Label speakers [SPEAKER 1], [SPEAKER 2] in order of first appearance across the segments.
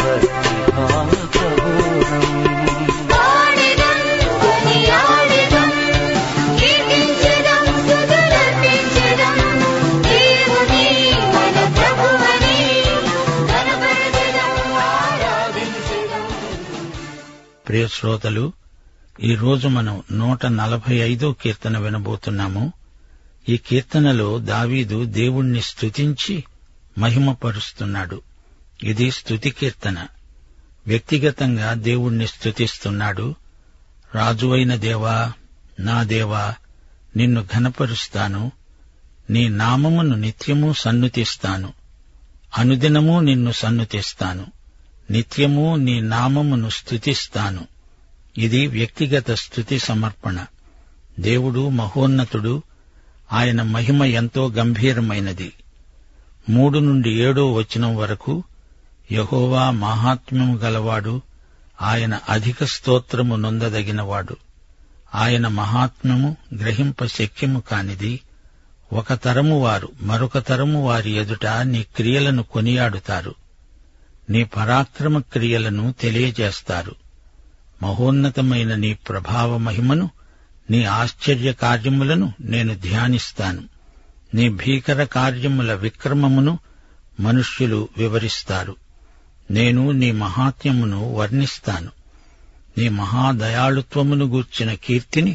[SPEAKER 1] భక్తిభావబోధం ప్రియ శ్రోతలు ఈ రోజు మనం నూట నలభై ఐదో కీర్తన వినబోతున్నాము ఈ కీర్తనలో దావీదు దేవుణ్ణి స్తుతించి మహిమపరుస్తున్నాడు ఇది స్తుతి కీర్తన వ్యక్తిగతంగా దేవుణ్ణి స్తుతిస్తున్నాడు రాజువైన దేవా నా దేవా నిన్ను ఘనపరుస్తాను నీ నామమును నిత్యము సన్నుతిస్తాను అనుదినము నిన్ను సన్నుతిస్తాను నిత్యము నీ నామమును స్తుతిస్తాను ఇది వ్యక్తిగత స్తుతి సమర్పణ దేవుడు మహోన్నతుడు ఆయన మహిమ ఎంతో గంభీరమైనది మూడు నుండి ఏడో వచనం వరకు యహోవా మహాత్మ్యము గలవాడు ఆయన అధిక స్తోత్రము నొందదగినవాడు ఆయన మహాత్మ్యము గ్రహింప శక్యము కానిది ఒక తరము వారు మరొక తరము వారి ఎదుట నీ క్రియలను కొనియాడుతారు నీ పరాక్రమ క్రియలను తెలియజేస్తారు మహోన్నతమైన నీ ప్రభావ మహిమను నీ ఆశ్చర్య కార్యములను నేను ధ్యానిస్తాను నీ భీకర కార్యముల విక్రమమును మనుష్యులు వివరిస్తారు నేను నీ మహాత్మ్యమును వర్ణిస్తాను నీ మహాదయాళుత్వమును గూర్చిన కీర్తిని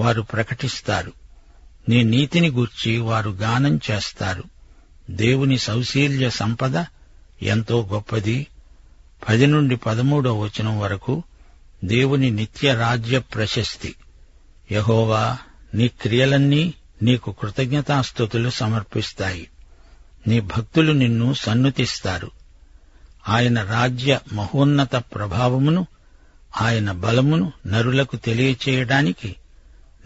[SPEAKER 1] వారు ప్రకటిస్తారు నీ నీతిని గూర్చి వారు గానం చేస్తారు దేవుని సౌశీల్య సంపద ఎంతో గొప్పది పది నుండి పదమూడవ వచనం వరకు దేవుని నిత్య రాజ్య ప్రశస్తి యహోవా నీ క్రియలన్నీ నీకు కృతజ్ఞతాస్థుతులు సమర్పిస్తాయి నీ భక్తులు నిన్ను సన్నుతిస్తారు ఆయన రాజ్య మహోన్నత ప్రభావమును ఆయన బలమును నరులకు తెలియచేయడానికి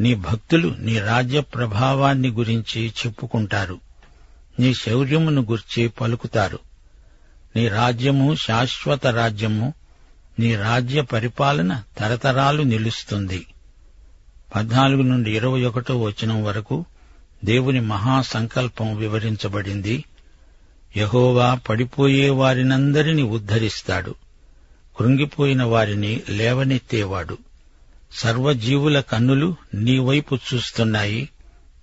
[SPEAKER 1] నీ భక్తులు నీ రాజ్య ప్రభావాన్ని గురించి చెప్పుకుంటారు నీ శౌర్యమును గుర్చి పలుకుతారు నీ రాజ్యము శాశ్వత రాజ్యము నీ రాజ్య పరిపాలన తరతరాలు నిలుస్తుంది పద్నాలుగు నుండి ఇరవై ఒకటో వచనం వరకు దేవుని మహా సంకల్పం వివరించబడింది యహోవా పడిపోయే వారినందరినీ ఉద్ధరిస్తాడు కృంగిపోయిన వారిని లేవనెత్తేవాడు సర్వజీవుల కన్నులు నీ వైపు చూస్తున్నాయి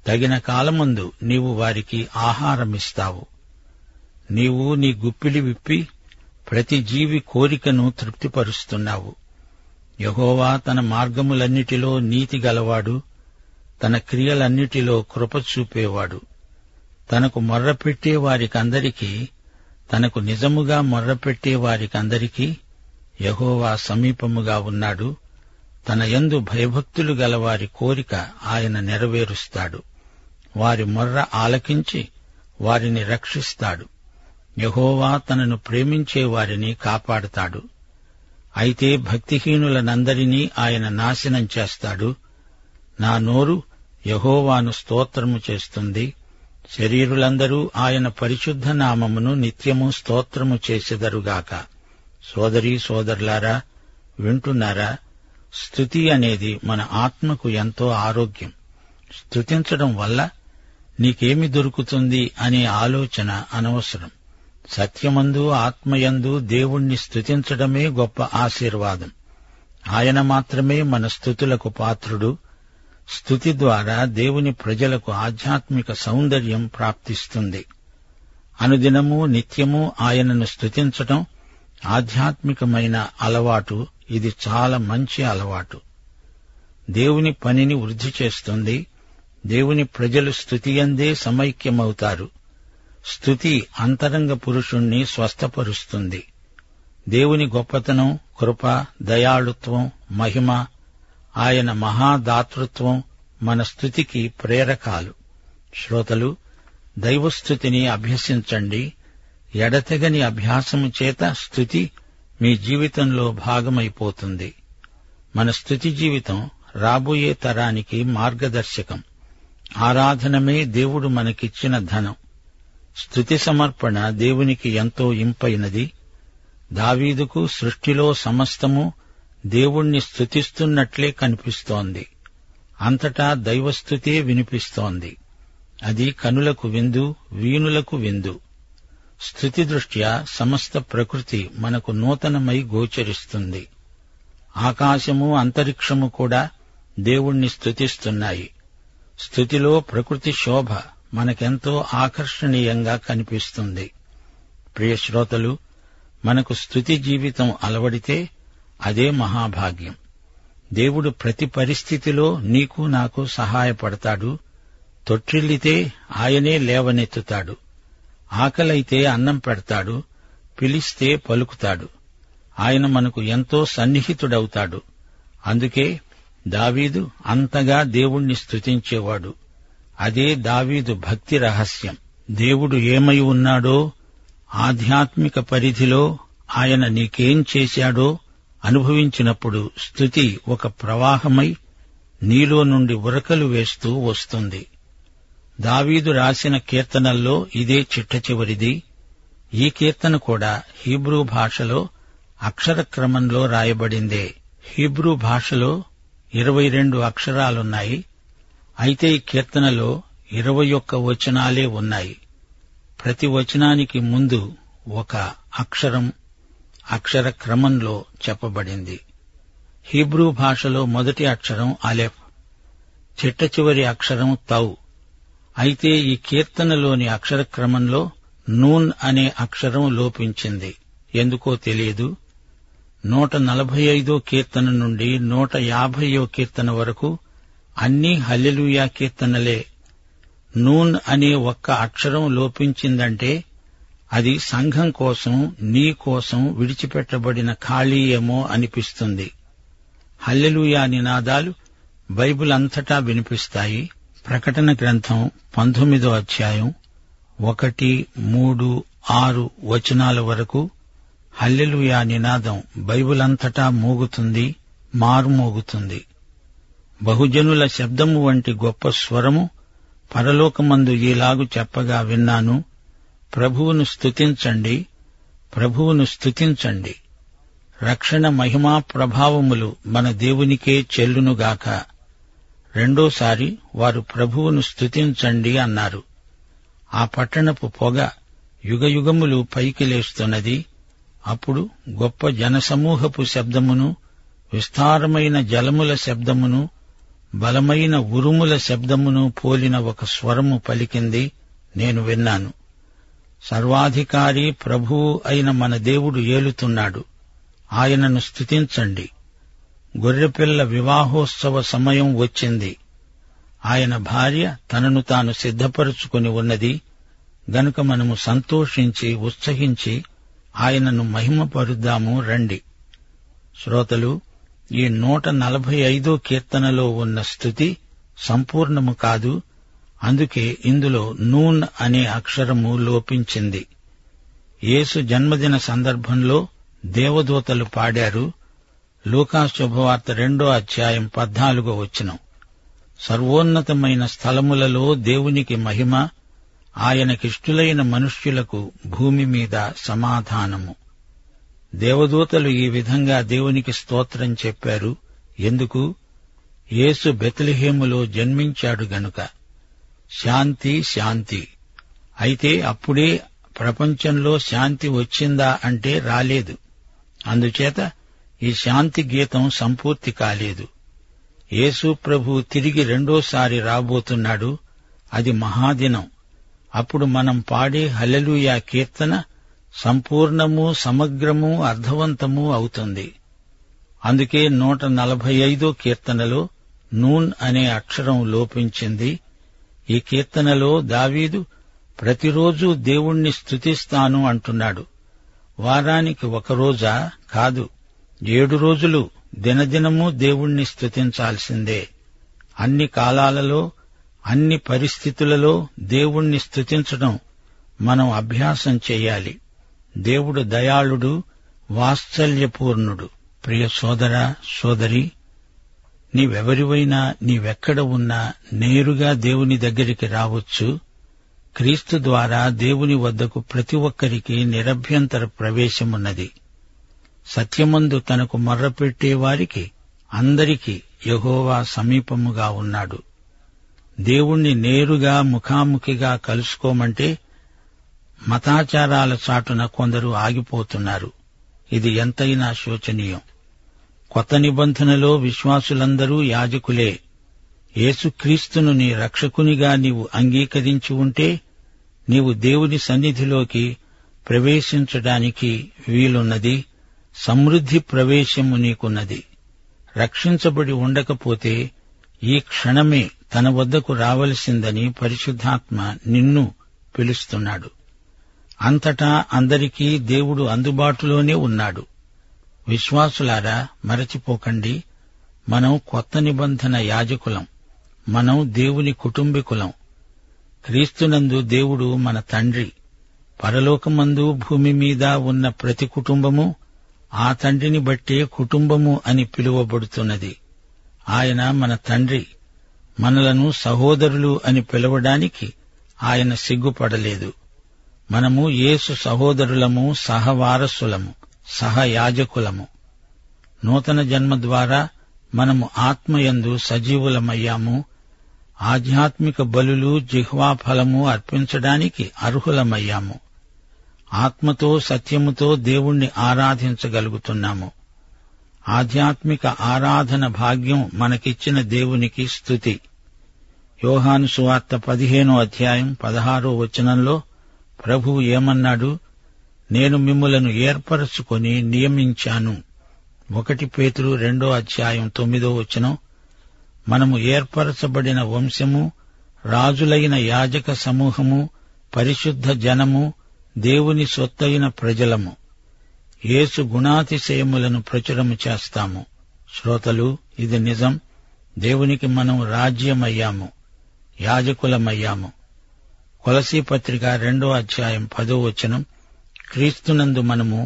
[SPEAKER 1] తగిన కాలమందు నీవు వారికి ఆహారమిస్తావు నీవు నీ గుప్పిలి విప్పి ప్రతి జీవి కోరికను తృప్తిపరుస్తున్నావు యహోవా తన మార్గములన్నిటిలో నీతి గలవాడు తన క్రియలన్నిటిలో కృప చూపేవాడు తనకు మొర్రపెట్టే వారికందరికీ తనకు నిజముగా మొర్రపెట్టే వారికందరికీ యహోవా సమీపముగా ఉన్నాడు తన యందు భయభక్తులు గల వారి కోరిక ఆయన నెరవేరుస్తాడు వారి మొర్ర ఆలకించి వారిని రక్షిస్తాడు యహోవా తనను ప్రేమించే వారిని కాపాడతాడు అయితే భక్తిహీనులనందరినీ ఆయన నాశనం చేస్తాడు నా నోరు యహోవాను స్తోత్రము చేస్తుంది శరీరులందరూ ఆయన పరిశుద్ధ నామమును నిత్యము స్తోత్రము చేసెదరుగాక సోదరీ సోదరులారా వింటున్నారా స్థుతి అనేది మన ఆత్మకు ఎంతో ఆరోగ్యం స్థుతించడం వల్ల నీకేమి దొరుకుతుంది అనే ఆలోచన అనవసరం సత్యమందు ఆత్మయందు దేవుణ్ణి స్థుతించడమే గొప్ప ఆశీర్వాదం ఆయన మాత్రమే మన స్థుతులకు పాత్రుడు స్థుతి ద్వారా దేవుని ప్రజలకు ఆధ్యాత్మిక సౌందర్యం ప్రాప్తిస్తుంది అనుదినము నిత్యము ఆయనను స్థుతించటం ఆధ్యాత్మికమైన అలవాటు ఇది చాలా మంచి అలవాటు దేవుని పనిని వృద్ధి చేస్తుంది దేవుని ప్రజలు స్థుతియందే సమైక్యమవుతారు స్థుతి అంతరంగ పురుషుణ్ణి స్వస్థపరుస్తుంది దేవుని గొప్పతనం కృప దయాళుత్వం మహిమ ఆయన మహాదాతృత్వం మన స్థుతికి ప్రేరకాలు శ్రోతలు దైవస్థుతిని అభ్యసించండి ఎడతెగని అభ్యాసము చేత స్థుతి మీ జీవితంలో భాగమైపోతుంది మన స్థుతి జీవితం రాబోయే తరానికి మార్గదర్శకం ఆరాధనమే దేవుడు మనకిచ్చిన ధనం స్తుతి సమర్పణ దేవునికి ఎంతో ఇంపైనది దావీదుకు సృష్టిలో సమస్తము దేవుణ్ణి స్తుతిస్తున్నట్లే కనిపిస్తోంది అంతటా దైవస్థుతే వినిపిస్తోంది అది కనులకు విందు వీణులకు విందు స్థుతి దృష్ట్యా సమస్త ప్రకృతి మనకు నూతనమై గోచరిస్తుంది ఆకాశము అంతరిక్షము కూడా దేవుణ్ణి స్థుతిస్తున్నాయి స్థుతిలో ప్రకృతి శోభ మనకెంతో ఆకర్షణీయంగా కనిపిస్తుంది ప్రియ శ్రోతలు మనకు స్థుతి జీవితం అలవడితే అదే మహాభాగ్యం దేవుడు ప్రతి పరిస్థితిలో నీకు నాకు సహాయపడతాడు తొట్టిల్లితే ఆయనే లేవనెత్తుతాడు ఆకలైతే అన్నం పెడతాడు పిలిస్తే పలుకుతాడు ఆయన మనకు ఎంతో సన్నిహితుడవుతాడు అందుకే దావీదు అంతగా దేవుణ్ణి స్తుతించేవాడు అదే దావీదు భక్తి రహస్యం దేవుడు ఏమై ఉన్నాడో ఆధ్యాత్మిక పరిధిలో ఆయన నీకేం చేశాడో అనుభవించినప్పుడు స్థుతి ఒక ప్రవాహమై నీలో నుండి ఉరకలు వేస్తూ వస్తుంది దావీదు రాసిన కీర్తనల్లో ఇదే చిట్ట చివరిది ఈ కీర్తన కూడా హీబ్రూ భాషలో అక్షర క్రమంలో రాయబడిందే హీబ్రూ భాషలో ఇరవై రెండు అక్షరాలున్నాయి అయితే ఈ కీర్తనలో ఇరవై ఒక్క వచనాలే ఉన్నాయి ప్రతి వచనానికి ముందు ఒక అక్షరం అక్షర క్రమంలో చెప్పబడింది హీబ్రూ భాషలో మొదటి అక్షరం అలెఫ్ చిట్ట చివరి అక్షరం తౌ అయితే ఈ కీర్తనలోని అక్షర క్రమంలో నూన్ అనే అక్షరం లోపించింది ఎందుకో తెలియదు నూట నలభై ఐదో కీర్తన నుండి నూట యాభైయో కీర్తన వరకు అన్నీ హల్లెలూయా కీర్తనలే నూన్ అనే ఒక్క అక్షరం లోపించిందంటే అది సంఘం కోసం నీ కోసం విడిచిపెట్టబడిన ఖాళీ ఏమో అనిపిస్తుంది హల్లెలూయా నినాదాలు బైబిల్ అంతటా వినిపిస్తాయి ప్రకటన గ్రంథం పంతొమ్మిదో అధ్యాయం ఒకటి మూడు ఆరు వచనాల వరకు హల్లెలూయా నినాదం బైబిల్ అంతటా మోగుతుంది మారుమోగుతుంది బహుజనుల శబ్దము వంటి గొప్ప స్వరము పరలోకమందు ఈలాగు చెప్పగా విన్నాను ప్రభువును స్తుతించండి ప్రభువును స్తుతించండి రక్షణ మహిమా ప్రభావములు మన దేవునికే చెల్లునుగాక రెండోసారి వారు ప్రభువును స్తుతించండి అన్నారు ఆ పట్టణపు పొగ యుగయుగములు పైకి లేస్తున్నది అప్పుడు గొప్ప జనసమూహపు శబ్దమును విస్తారమైన జలముల శబ్దమును బలమైన ఉరుముల శబ్దమును పోలిన ఒక స్వరము పలికింది నేను విన్నాను సర్వాధికారి ప్రభువు అయిన మన దేవుడు ఏలుతున్నాడు ఆయనను స్తుతించండి గొర్రెపిల్ల వివాహోత్సవ సమయం వచ్చింది ఆయన భార్య తనను తాను సిద్ధపరుచుకుని ఉన్నది గనుక మనము సంతోషించి ఉత్సహించి ఆయనను మహిమపరుద్దాము రండి శ్రోతలు ఈ నూట నలభై ఐదో కీర్తనలో ఉన్న స్థుతి సంపూర్ణము కాదు అందుకే ఇందులో నూన్ అనే అక్షరము లోపించింది యేసు జన్మదిన సందర్భంలో దేవదూతలు పాడారు లూకా శుభవార్త రెండో అధ్యాయం పద్నాలుగో వచనం సర్వోన్నతమైన స్థలములలో దేవునికి మహిమ ఆయనకిష్టులైన మనుష్యులకు భూమి మీద సమాధానము దేవదూతలు ఈ విధంగా దేవునికి స్తోత్రం చెప్పారు ఎందుకు యేసు బెత్లెహేములో జన్మించాడు గనుక శాంతి శాంతి అయితే అప్పుడే ప్రపంచంలో శాంతి వచ్చిందా అంటే రాలేదు అందుచేత ఈ శాంతి గీతం సంపూర్తి కాలేదు యేసు ప్రభు తిరిగి రెండోసారి రాబోతున్నాడు అది మహాదినం అప్పుడు మనం పాడే హల్లెలూయా కీర్తన సంపూర్ణము సమగ్రము అర్థవంతము అవుతుంది అందుకే నూట నలభై ఐదో కీర్తనలో నూన్ అనే అక్షరం లోపించింది ఈ కీర్తనలో దావీదు ప్రతిరోజు దేవుణ్ణి స్తుతిస్తాను అంటున్నాడు వారానికి ఒక రోజా కాదు ఏడు రోజులు దినదినము దేవుణ్ణి స్తుతించాల్సిందే అన్ని కాలాలలో అన్ని పరిస్థితులలో దేవుణ్ణి స్తుతించడం మనం అభ్యాసం చేయాలి దేవుడు దయాళుడు వాత్సల్యపూర్ణుడు ప్రియ సోదర సోదరి నీవెవరివైనా నీవెక్కడ ఉన్నా నేరుగా దేవుని దగ్గరికి రావచ్చు క్రీస్తు ద్వారా దేవుని వద్దకు ప్రతి ఒక్కరికి నిరభ్యంతర ప్రవేశమున్నది సత్యమందు తనకు మొర్రపెట్టే వారికి అందరికీ యెహోవా సమీపముగా ఉన్నాడు దేవుణ్ణి నేరుగా ముఖాముఖిగా కలుసుకోమంటే మతాచారాల చాటున కొందరు ఆగిపోతున్నారు ఇది ఎంతైనా శోచనీయం కొత్త నిబంధనలో విశ్వాసులందరూ యాజకులే యేసుక్రీస్తును నీ రక్షకునిగా నీవు అంగీకరించి ఉంటే నీవు దేవుని సన్నిధిలోకి ప్రవేశించడానికి వీలున్నది సమృద్ధి ప్రవేశము నీకున్నది రక్షించబడి ఉండకపోతే ఈ క్షణమే తన వద్దకు రావలసిందని పరిశుద్ధాత్మ నిన్ను పిలుస్తున్నాడు అంతటా అందరికీ దేవుడు అందుబాటులోనే ఉన్నాడు విశ్వాసులారా మరచిపోకండి మనం కొత్త నిబంధన యాజకులం మనం దేవుని కుటుంబీకులం క్రీస్తునందు దేవుడు మన తండ్రి పరలోకమందు భూమి మీద ఉన్న ప్రతి కుటుంబము ఆ తండ్రిని బట్టే కుటుంబము అని పిలువబడుతున్నది ఆయన మన తండ్రి మనలను సహోదరులు అని పిలవడానికి ఆయన సిగ్గుపడలేదు మనము యేసు సహోదరులము సహవారసులము సహయాజకులము నూతన జన్మ ద్వారా మనము ఆత్మయందు సజీవులమయ్యాము ఆధ్యాత్మిక బలులు జిహ్వా ఫలము అర్పించడానికి అర్హులమయ్యాము ఆత్మతో సత్యముతో దేవుణ్ణి ఆరాధించగలుగుతున్నాము ఆధ్యాత్మిక ఆరాధన భాగ్యం మనకిచ్చిన దేవునికి స్తుతి యోహాను సువార్త పదిహేనో అధ్యాయం పదహారో వచనంలో ప్రభువు ఏమన్నాడు నేను మిమ్ములను ఏర్పరచుకొని నియమించాను ఒకటి పేతురు రెండో అధ్యాయం తొమ్మిదో వచనం మనము ఏర్పరచబడిన వంశము రాజులైన యాజక సమూహము పరిశుద్ధ జనము దేవుని సొత్తైన ప్రజలము యేసు గుణాతిశయములను ప్రచురము చేస్తాము శ్రోతలు ఇది నిజం దేవునికి మనం రాజ్యమయ్యాము యాజకులమయ్యాము కొలసీ పత్రిక రెండో అధ్యాయం పదో వచనం క్రీస్తునందు మనము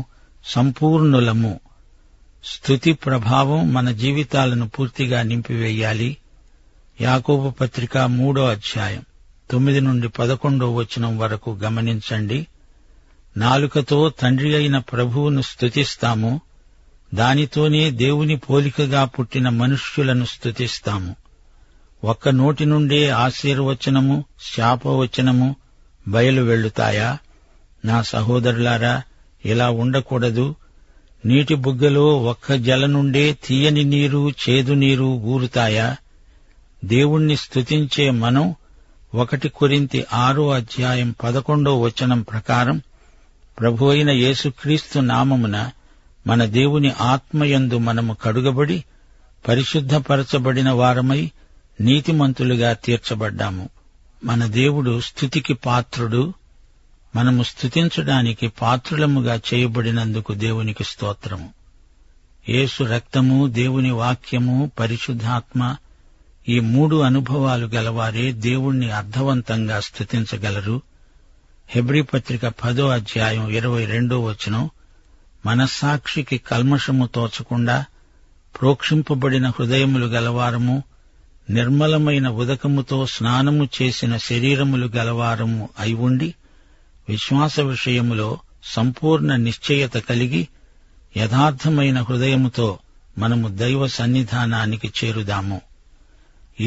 [SPEAKER 1] సంపూర్ణులము స్థుతి ప్రభావం మన జీవితాలను పూర్తిగా నింపివేయాలి యాకోబు పత్రిక మూడో అధ్యాయం తొమ్మిది నుండి పదకొండో వచనం వరకు గమనించండి నాలుకతో తండ్రి అయిన ప్రభువును స్తుతిస్తాము దానితోనే దేవుని పోలికగా పుట్టిన మనుష్యులను స్తుతిస్తాము ఒక్క నోటి నుండే ఆశీర్వచనము శాపవచనము బయలు వెళ్ళుతాయా నా సహోదరులారా ఇలా ఉండకూడదు నీటి బుగ్గలో ఒక్క జల నుండే తీయని నీరు చేదు నీరు ఊరుతాయా దేవుణ్ణి స్తుతించే మనం ఒకటి కొరింతి ఆరో అధ్యాయం పదకొండో వచనం ప్రకారం ప్రభు అయిన యేసుక్రీస్తు నామమున మన దేవుని ఆత్మయందు మనము కడుగబడి పరిశుద్ధపరచబడిన వారమై నీతిమంతులుగా తీర్చబడ్డాము మన దేవుడు స్థుతికి పాత్రుడు మనము స్థుతించడానికి పాత్రులముగా చేయబడినందుకు దేవునికి స్తోత్రము యేసు రక్తము దేవుని వాక్యము పరిశుద్ధాత్మ ఈ మూడు అనుభవాలు గలవారే దేవుణ్ణి అర్థవంతంగా స్థుతించగలరు హెబ్రీ పత్రిక పదో అధ్యాయం ఇరవై రెండో వచనం మనస్సాక్షికి కల్మషము తోచకుండా ప్రోక్షింపబడిన హృదయములు గలవారము నిర్మలమైన ఉదకముతో స్నానము చేసిన శరీరములు గలవారము అయి ఉండి విశ్వాస విషయములో సంపూర్ణ నిశ్చయత కలిగి యథార్థమైన హృదయముతో మనము దైవ సన్నిధానానికి చేరుదాము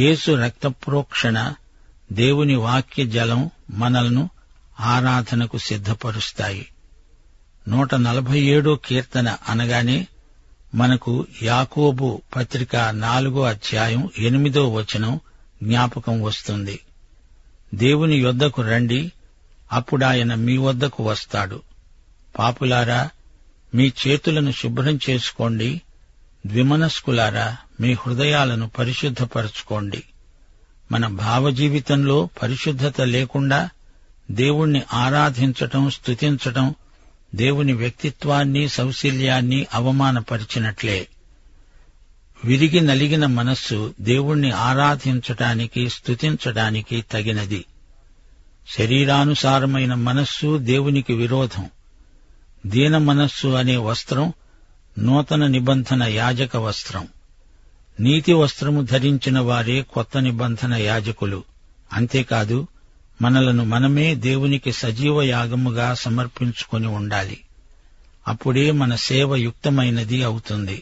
[SPEAKER 1] యేసు రక్తప్రోక్షణ దేవుని వాక్య జలం మనల్ను ఆరాధనకు సిద్ధపరుస్తాయి నూట నలభై ఏడో కీర్తన అనగానే మనకు యాకోబు పత్రిక నాలుగో అధ్యాయం ఎనిమిదో వచనం జ్ఞాపకం వస్తుంది దేవుని యొద్దకు రండి అప్పుడాయన మీ వద్దకు వస్తాడు పాపులారా మీ చేతులను శుభ్రం చేసుకోండి ద్విమనస్కులారా మీ హృదయాలను పరిశుద్ధపరచుకోండి మన భావజీవితంలో పరిశుద్ధత లేకుండా దేవుణ్ణి ఆరాధించటం స్తుతించటం దేవుని వ్యక్తిత్వాన్ని సౌశీల్యాన్ని అవమానపరిచినట్లే విరిగి నలిగిన మనస్సు దేవుణ్ణి ఆరాధించటానికి స్తుతించటానికి తగినది శరీరానుసారమైన మనస్సు దేవునికి విరోధం దీన మనస్సు అనే వస్త్రం నూతన నిబంధన యాజక వస్త్రం నీతి వస్త్రము ధరించిన వారే కొత్త నిబంధన యాజకులు అంతేకాదు మనలను మనమే దేవునికి సజీవ యాగముగా సమర్పించుకొని ఉండాలి అప్పుడే మన సేవ యుక్తమైనది అవుతుంది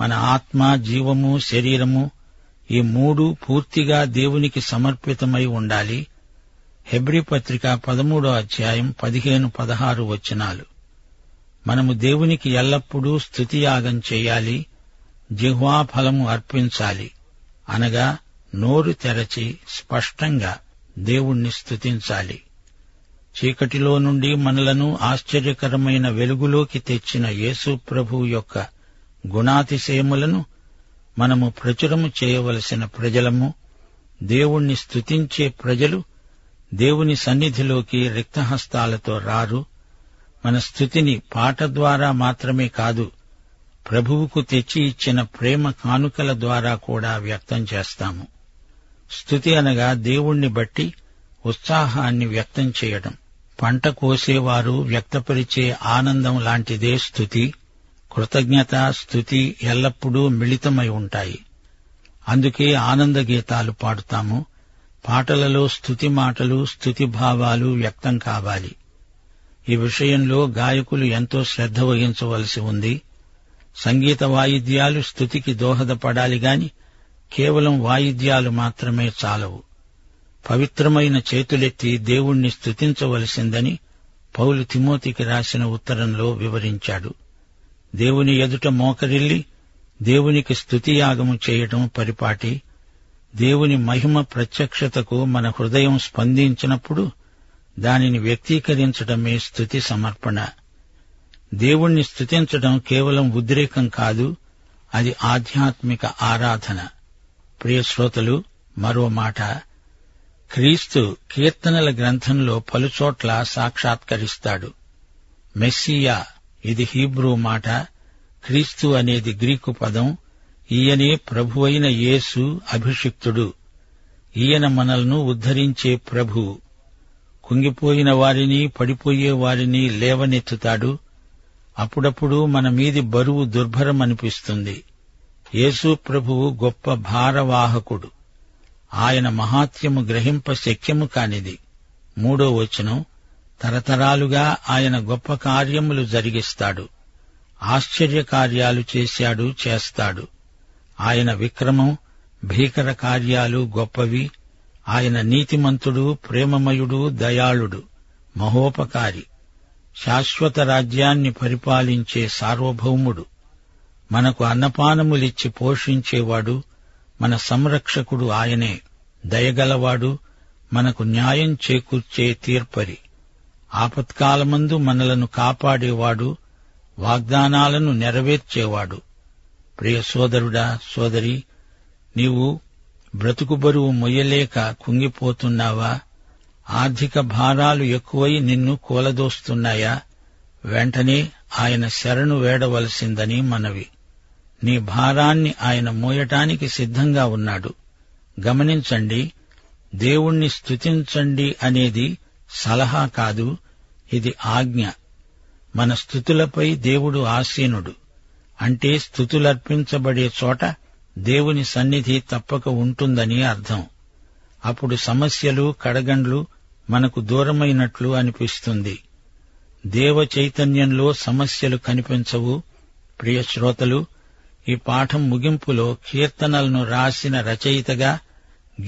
[SPEAKER 1] మన ఆత్మ జీవము శరీరము ఈ మూడు పూర్తిగా దేవునికి సమర్పితమై ఉండాలి హెబ్రి పత్రిక పదమూడో అధ్యాయం పదిహేను పదహారు వచనాలు మనము దేవునికి ఎల్లప్పుడూ స్థుతియాగం చేయాలి జిహ్వాఫలము అర్పించాలి అనగా నోరు తెరచి స్పష్టంగా దేవుణ్ణి స్తుతించాలి చీకటిలో నుండి మనలను ఆశ్చర్యకరమైన వెలుగులోకి తెచ్చిన యేసు ప్రభు యొక్క గుణాతిశయములను మనము ప్రచురము చేయవలసిన ప్రజలము దేవుణ్ణి స్తుతించే ప్రజలు దేవుని సన్నిధిలోకి రిక్తహస్తాలతో రారు మన స్థుతిని పాట ద్వారా మాత్రమే కాదు ప్రభువుకు తెచ్చి ఇచ్చిన ప్రేమ కానుకల ద్వారా కూడా వ్యక్తం చేస్తాము స్థుతి అనగా దేవుణ్ణి బట్టి ఉత్సాహాన్ని వ్యక్తం చేయడం పంట కోసేవారు వ్యక్తపరిచే ఆనందం లాంటిదే స్థుతి కృతజ్ఞత స్థుతి ఎల్లప్పుడూ మిళితమై ఉంటాయి అందుకే ఆనంద గీతాలు పాడుతాము పాటలలో స్థుతి మాటలు స్థుతి భావాలు వ్యక్తం కావాలి ఈ విషయంలో గాయకులు ఎంతో శ్రద్ధ వహించవలసి ఉంది సంగీత వాయిద్యాలు స్థుతికి దోహదపడాలి గాని కేవలం వాయిద్యాలు మాత్రమే చాలవు పవిత్రమైన చేతులెత్తి దేవుణ్ణి స్తుతించవలసిందని పౌలు తిమోతికి రాసిన ఉత్తరంలో వివరించాడు దేవుని ఎదుట మోకరిల్లి దేవునికి స్తుతియాగము చేయటం పరిపాటి దేవుని మహిమ ప్రత్యక్షతకు మన హృదయం స్పందించినప్పుడు దానిని వ్యక్తీకరించడమే స్తుతి సమర్పణ దేవుణ్ణి స్తుతించడం కేవలం ఉద్రేకం కాదు అది ఆధ్యాత్మిక ఆరాధన ప్రియ శ్రోతలు మరో మాట క్రీస్తు కీర్తనల గ్రంథంలో పలుచోట్ల సాక్షాత్కరిస్తాడు మెస్సియా ఇది హీబ్రూ మాట క్రీస్తు అనేది గ్రీకు పదం ఈయనే ప్రభువైన యేసు అభిషిక్తుడు ఈయన మనల్ని ఉద్ధరించే ప్రభు కుంగిపోయిన వారిని పడిపోయే వారిని లేవనెత్తుతాడు అప్పుడప్పుడు మన మీది బరువు దుర్భరం అనిపిస్తుంది యేసు ప్రభువు గొప్ప భారవాహకుడు ఆయన మహాత్యము గ్రహింప శక్యము కానిది మూడో వచనం తరతరాలుగా ఆయన గొప్ప కార్యములు జరిగిస్తాడు ఆశ్చర్య కార్యాలు చేశాడు చేస్తాడు ఆయన విక్రమం భీకర కార్యాలు గొప్పవి ఆయన నీతిమంతుడు ప్రేమమయుడు దయాళుడు మహోపకారి శాశ్వత రాజ్యాన్ని పరిపాలించే సార్వభౌముడు మనకు అన్నపానములిచ్చి పోషించేవాడు మన సంరక్షకుడు ఆయనే దయగలవాడు మనకు న్యాయం చేకూర్చే తీర్పరి ఆపత్కాలమందు మనలను కాపాడేవాడు వాగ్దానాలను నెరవేర్చేవాడు ప్రియ సోదరుడా సోదరి నీవు బ్రతుకు బరువు మొయ్యలేక కుంగిపోతున్నావా ఆర్థిక భారాలు ఎక్కువై నిన్ను కూలదోస్తున్నాయా వెంటనే ఆయన శరణు వేడవలసిందని మనవి నీ భారాన్ని ఆయన మోయటానికి సిద్ధంగా ఉన్నాడు గమనించండి దేవుణ్ణి స్తుతించండి అనేది సలహా కాదు ఇది ఆజ్ఞ మన స్థుతులపై దేవుడు ఆసీనుడు అంటే స్థుతులర్పించబడే చోట దేవుని సన్నిధి తప్పక ఉంటుందని అర్థం అప్పుడు సమస్యలు కడగండ్లు మనకు దూరమైనట్లు అనిపిస్తుంది దేవ చైతన్యంలో సమస్యలు కనిపించవు ప్రియ శ్రోతలు ఈ పాఠం ముగింపులో కీర్తనలను రాసిన రచయితగా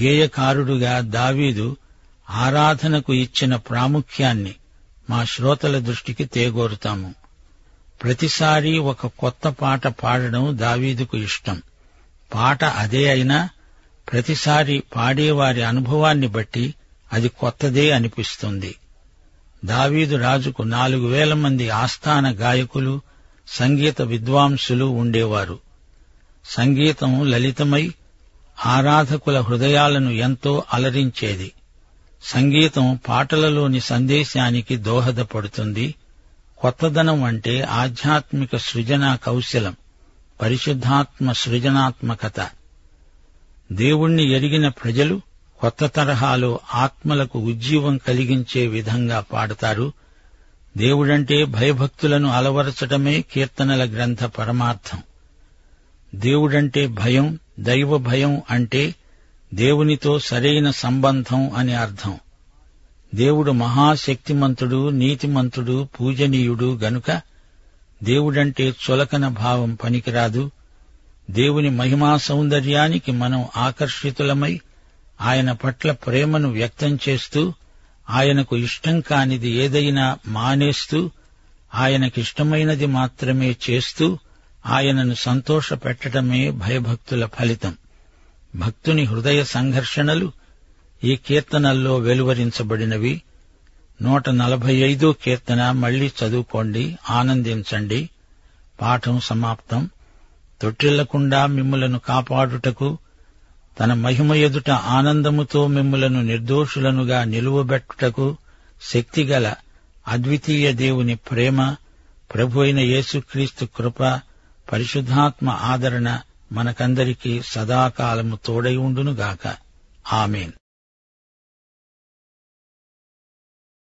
[SPEAKER 1] గేయకారుడుగా దావీదు ఆరాధనకు ఇచ్చిన ప్రాముఖ్యాన్ని మా శ్రోతల దృష్టికి తేగోరుతాము ప్రతిసారి ఒక కొత్త పాట పాడడం దావీదుకు ఇష్టం పాట అదే అయినా ప్రతిసారి పాడేవారి అనుభవాన్ని బట్టి అది కొత్తదే అనిపిస్తుంది దావీదు రాజుకు నాలుగు వేల మంది ఆస్థాన గాయకులు సంగీత విద్వాంసులు ఉండేవారు సంగీతం లలితమై ఆరాధకుల హృదయాలను ఎంతో అలరించేది సంగీతం పాటలలోని సందేశానికి దోహదపడుతుంది కొత్తదనం అంటే ఆధ్యాత్మిక సృజనా కౌశలం పరిశుద్ధాత్మ సృజనాత్మకత దేవుణ్ణి ఎరిగిన ప్రజలు కొత్త తరహాలో ఆత్మలకు ఉజ్జీవం కలిగించే విధంగా పాడతారు దేవుడంటే భయభక్తులను అలవరచడమే కీర్తనల గ్రంథ పరమార్థం దేవుడంటే భయం దైవ భయం అంటే దేవునితో సరైన సంబంధం అని అర్థం దేవుడు మహాశక్తిమంతుడు నీతిమంతుడు పూజనీయుడు గనుక దేవుడంటే చులకన భావం పనికిరాదు దేవుని మహిమా సౌందర్యానికి మనం ఆకర్షితులమై ఆయన పట్ల ప్రేమను వ్యక్తం చేస్తూ ఆయనకు ఇష్టం కానిది ఏదైనా మానేస్తూ ఆయనకిష్టమైనది మాత్రమే చేస్తూ ఆయనను సంతోషపెట్టడమే భయభక్తుల ఫలితం భక్తుని హృదయ సంఘర్షణలు ఈ కీర్తనల్లో వెలువరించబడినవి నూట నలభై ఐదో కీర్తన మళ్లీ చదువుకోండి ఆనందించండి పాఠం సమాప్తం తొట్టిల్లకుండా మిమ్ములను కాపాడుటకు తన మహిమ ఎదుట ఆనందముతో మిమ్ములను నిర్దోషులనుగా నిలువబెట్టుటకు శక్తిగల అద్వితీయ దేవుని ప్రేమ ప్రభు అయిన యేసుక్రీస్తు కృప పరిశుద్ధాత్మ ఆదరణ మనకందరికీ సదాకాలము తోడై ఉండునుగాక ఆమెన్